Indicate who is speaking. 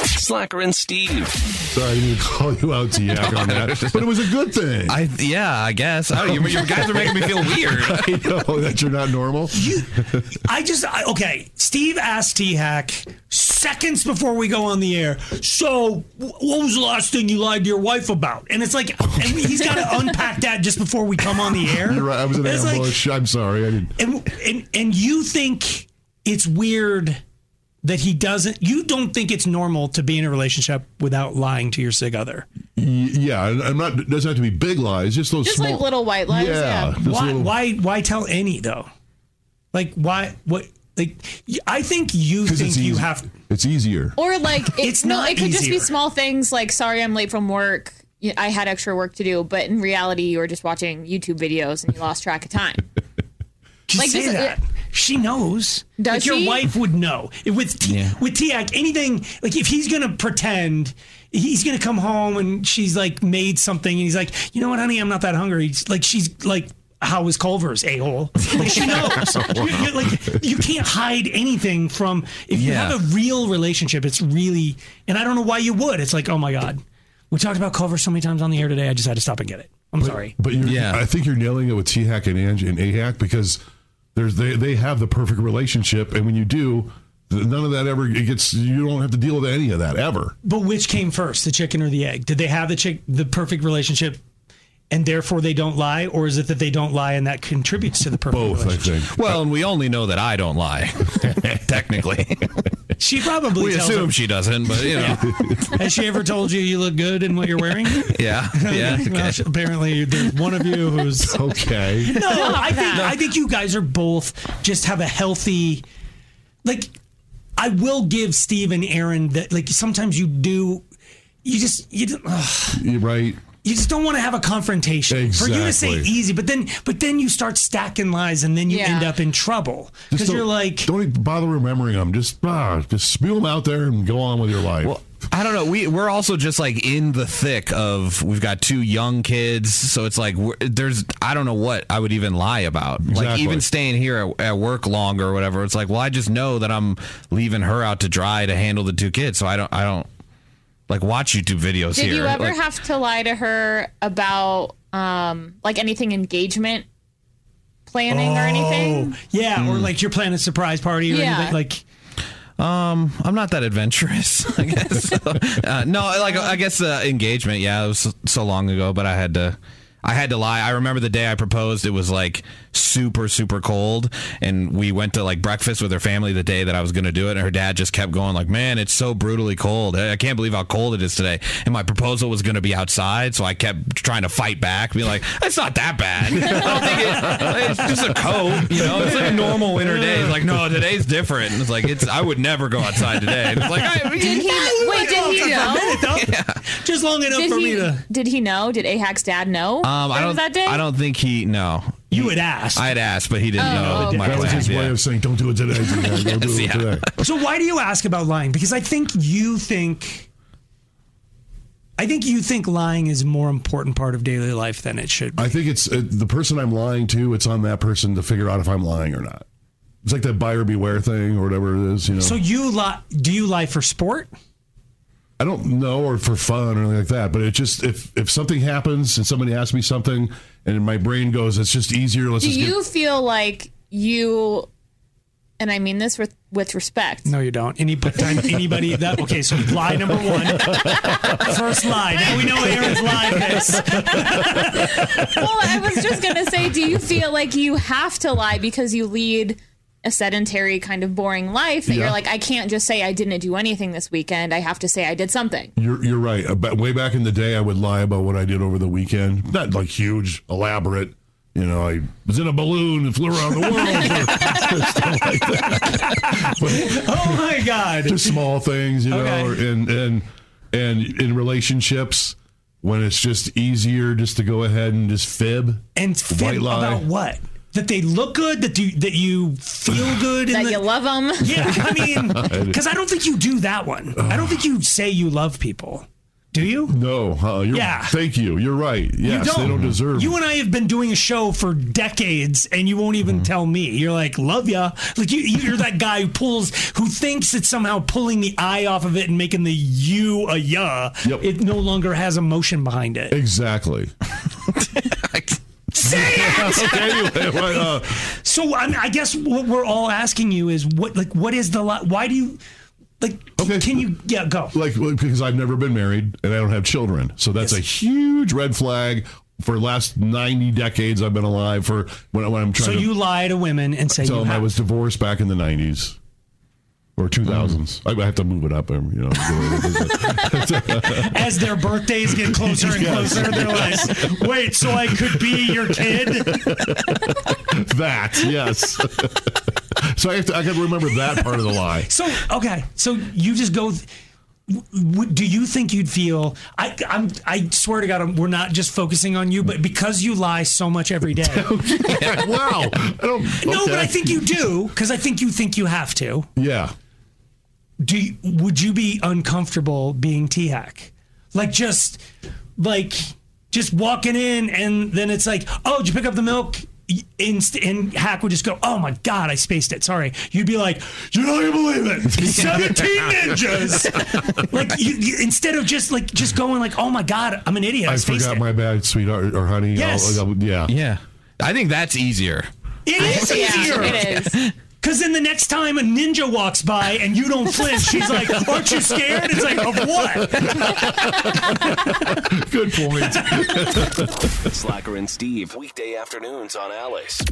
Speaker 1: Slacker and Steve.
Speaker 2: Sorry, I didn't call you out to yak on that, but it was a good thing.
Speaker 3: I yeah, I guess. Oh, you, you guys are making me feel weird.
Speaker 2: I know that you're not normal.
Speaker 4: I just I, okay. Steve asked T Hack seconds before we go on the air. So, wh- what was the last thing you lied to your wife about? And it's like, and he's got to unpack that just before we come on the air.
Speaker 2: You're right. I was an
Speaker 4: It's like-
Speaker 2: ambush. I'm sorry. I didn't.
Speaker 4: and, and and you think it's weird that he doesn't? You don't think it's normal to be in a relationship without lying to your sig other?
Speaker 2: Y- Yeah, I- I'm not. It doesn't have to be big lies. Just those
Speaker 5: Just
Speaker 2: small,
Speaker 5: like little white lies, yeah.
Speaker 2: just
Speaker 4: why
Speaker 2: little-
Speaker 4: why why tell any though? Like why what like y- I think you
Speaker 2: 'cause
Speaker 4: think
Speaker 2: it's
Speaker 4: you
Speaker 2: easy-
Speaker 4: have
Speaker 2: It's easier.
Speaker 5: Or like it,
Speaker 4: It's
Speaker 5: no,
Speaker 4: not
Speaker 5: it could just be
Speaker 4: easier.
Speaker 5: small things like sorry I'm late from work. Y- I had extra work to do, but in reality you were just watching YouTube videos and you lost track of time.
Speaker 4: just
Speaker 5: Like,
Speaker 4: say
Speaker 5: this-
Speaker 4: that. she knows.
Speaker 5: Does
Speaker 4: like your
Speaker 5: she?
Speaker 4: wife would know. With T
Speaker 3: Yeah.
Speaker 4: with Tiak, anything like if he's gonna pretend he's gonna come home and she's like made something and he's like, you know what, honey, I'm not that hungry. It's Like she's like how was Culver's a hole? Like she knows. You- you- like you can't hide anything from. If you
Speaker 3: Yeah.
Speaker 4: have a real relationship, it's really. And I don't know why you would. It's like, oh my god, we talked about Culver so many times on the air today. I just had to stop and get it. I'm sorry.
Speaker 2: But you're,
Speaker 3: Yeah.
Speaker 2: I think you're nailing it with T Hack and Ange and A Hack because there's they they have the perfect relationship, and when you do, th- none of that ever it gets. You don't have to deal with any of that ever.
Speaker 4: But which came first, the chicken or the egg? Did they have the chick the perfect relationship and therefore they don't lie or is it that they don't lie and that contributes to the perfect
Speaker 2: Both, I
Speaker 4: relationship?
Speaker 2: think.
Speaker 3: Well, and we only know that I don't lie. Technically,
Speaker 4: She probably
Speaker 3: we
Speaker 4: tells
Speaker 3: assume
Speaker 4: him,
Speaker 3: she doesn't, but you know,
Speaker 4: has she ever told you you look good in what you're wearing?
Speaker 3: yeah, yeah.
Speaker 4: Well,
Speaker 3: okay.
Speaker 4: apparently there's one of you who's
Speaker 2: Okay.
Speaker 4: No, I think
Speaker 5: that.
Speaker 4: I think you guys are both just have a healthy like I will give Steve and Aaron that like sometimes you do you just you don't ugh.
Speaker 2: You're right.
Speaker 4: you just don't want to have a confrontation for you to say
Speaker 2: Exactly.
Speaker 4: easy but then but then you start stacking lies and then you
Speaker 5: Yeah.
Speaker 4: end up in trouble because
Speaker 2: Just
Speaker 4: you're
Speaker 2: don't-
Speaker 4: like
Speaker 2: don't even bother remembering them. Just ah, just spew them out there and go on with your life.
Speaker 3: Well, I don't know. We we're also just like in the thick of we've got two young kids, so it's like we're, there's I don't know what I would even lie about. Like
Speaker 2: Exactly.
Speaker 3: even staying here at, at work longer or whatever. It's like well, I just know that I'm leaving her out to dry to handle the two kids, so I don't I don't like watch YouTube videos
Speaker 5: Did
Speaker 3: here.
Speaker 5: you ever
Speaker 3: Like,
Speaker 5: have to lie to her about um like anything engagement planning or
Speaker 3: Oh.
Speaker 5: anything?
Speaker 4: yeah or
Speaker 2: Hmm.
Speaker 4: like you're planning a surprise party or
Speaker 5: Yeah.
Speaker 4: anything like
Speaker 3: I'm not that adventurous, I guess. uh, no, like I guess uh, engagement. Yeah, it was so long ago, but I had to. I had to lie. I remember the day I proposed. It was like super, super cold, and we went to like breakfast with her family the day that I was going to do it. And her dad just kept going like, "Man, it's so brutally cold. I I can't believe how cold it is today." And my proposal was going to be outside, so I kept trying to fight back, be like, "It's not that bad. I don't think it, it's just a coat, you know. It's like a normal winter day." It's like, "No, today's different." And it's like, "It's I would never go outside today." And it's like, I,
Speaker 5: Did he Wait, did he know?
Speaker 4: just long enough
Speaker 5: Did
Speaker 4: for me
Speaker 5: he,
Speaker 4: to
Speaker 5: did he know? Did Ahak's dad know?
Speaker 3: Um, I
Speaker 5: That
Speaker 3: don't.
Speaker 5: was that day?
Speaker 3: I don't think he. No,
Speaker 4: you had asked
Speaker 3: I had asked, but he didn't know.
Speaker 5: Oh,
Speaker 3: my
Speaker 2: that was
Speaker 3: plan,
Speaker 2: his way
Speaker 3: yeah.
Speaker 2: of saying, "Don't do it today. Zidane. Don't do it
Speaker 3: Yeah.
Speaker 2: today."
Speaker 4: so why do you ask about lying because I think you think I think you think lying is a more important part of daily life than it should be
Speaker 2: I think it's uh, the person I'm lying to. It's on that person to figure out if I'm lying or not. It's like that buyer beware thing or whatever it is. You know,
Speaker 4: so you lie do you lie for sport
Speaker 2: I don't know or for fun or anything like that. But it just if if something happens and somebody asks me something and my brain goes, it's just easier. Let's
Speaker 5: Do
Speaker 2: just
Speaker 5: you feel like you, and I mean this with, with respect,
Speaker 4: No, you don't. Any time anybody that okay. So lie number one, first lie. Now we know Aaron's lying. This
Speaker 5: well, I was just gonna say, do you feel like you have to lie because you lead a sedentary kind of boring life that
Speaker 2: Yeah.
Speaker 5: you're like, I can't just say I didn't do anything this weekend. I have to say I did something.
Speaker 2: get. You're, you're right. About, way back in the day, I would lie about what I did over the weekend. Not like huge, elaborate. You know, I was in a balloon and flew around the world. or stuff like that. But-
Speaker 4: Oh my god.
Speaker 2: just small things, you
Speaker 4: Okay.
Speaker 2: know, or- and and and in relationships when it's just easier just to go ahead and just fib. white
Speaker 4: and fib
Speaker 2: lie.
Speaker 4: about what? That they look good. That you that you feel good. in
Speaker 5: That
Speaker 4: the,
Speaker 5: you love them.
Speaker 4: Yeah, I mean, because I don't think you do that one. I don't think you say you love people. Do you?
Speaker 2: No, uh, you're,
Speaker 4: Yeah.
Speaker 2: Thank you. You're right. Yes, they don't deserve.
Speaker 4: You and I have been doing a show for decades, and you won't
Speaker 2: Mm-hmm.
Speaker 4: even tell me. You're like, love ya. Like you, you- you're that guy who pulls, who thinks it's somehow pulling the I off of it and making the you a ya.
Speaker 2: Yep.
Speaker 4: It no longer has emotion behind it.
Speaker 2: exactly.
Speaker 4: Say it.
Speaker 2: okay. Anyway, well, uh,
Speaker 4: So I, mean, I guess what we're all asking you is what, like, what is the li- why do you, like,
Speaker 2: Okay.
Speaker 4: can you? Yeah, go.
Speaker 2: like well, because I've never been married and I don't have children, so that's
Speaker 4: Yes.
Speaker 2: a huge red flag. For the last ninety decades, I've been alive. For when, when I'm trying
Speaker 4: So
Speaker 2: to
Speaker 4: you lie to women and say
Speaker 2: tell
Speaker 4: you
Speaker 2: them I
Speaker 4: have-
Speaker 2: was divorced back in the nineties or two thousands.
Speaker 4: Mm.
Speaker 2: I, I have to move it up. um, You know.
Speaker 4: as their birthdays get closer and closer, they're like, wait, so I could be your kid?
Speaker 2: that yes. so I have to. I got to remember that part of the lie.
Speaker 4: So, okay. So you just go. Th- w- w- do you think you'd feel? I, I'm. I swear to God, I'm- we're not just focusing on you, but because you lie so much every day.
Speaker 2: wow. I don't.
Speaker 4: No, but
Speaker 2: okay.
Speaker 4: I think you do because I think you think you have to.
Speaker 2: Yeah.
Speaker 4: Do you, would you be uncomfortable being T hack? Like just like just walking in and then it's like, oh, did you pick up the milk? Inst- and Hack would just go, oh my God, I spaced it. Sorry. You'd be like, you're not going to believe it. 17 ninjas. like, you, you, instead of just like, just going like, oh my God, I'm an idiot. I,
Speaker 2: I
Speaker 4: spaced
Speaker 2: forgot
Speaker 4: it.
Speaker 2: my bad, sweetheart or honey.
Speaker 4: Yes.
Speaker 2: I'll- I'll- yeah.
Speaker 3: Yeah. I think that's easier.
Speaker 4: It is
Speaker 5: Yeah,
Speaker 4: easier.
Speaker 5: it is.
Speaker 4: Because then the next time a ninja walks by and you don't flinch, she's like, aren't you scared? It's like, of what?
Speaker 2: Good point.
Speaker 1: Slacker and Steve, weekday afternoons on Alice.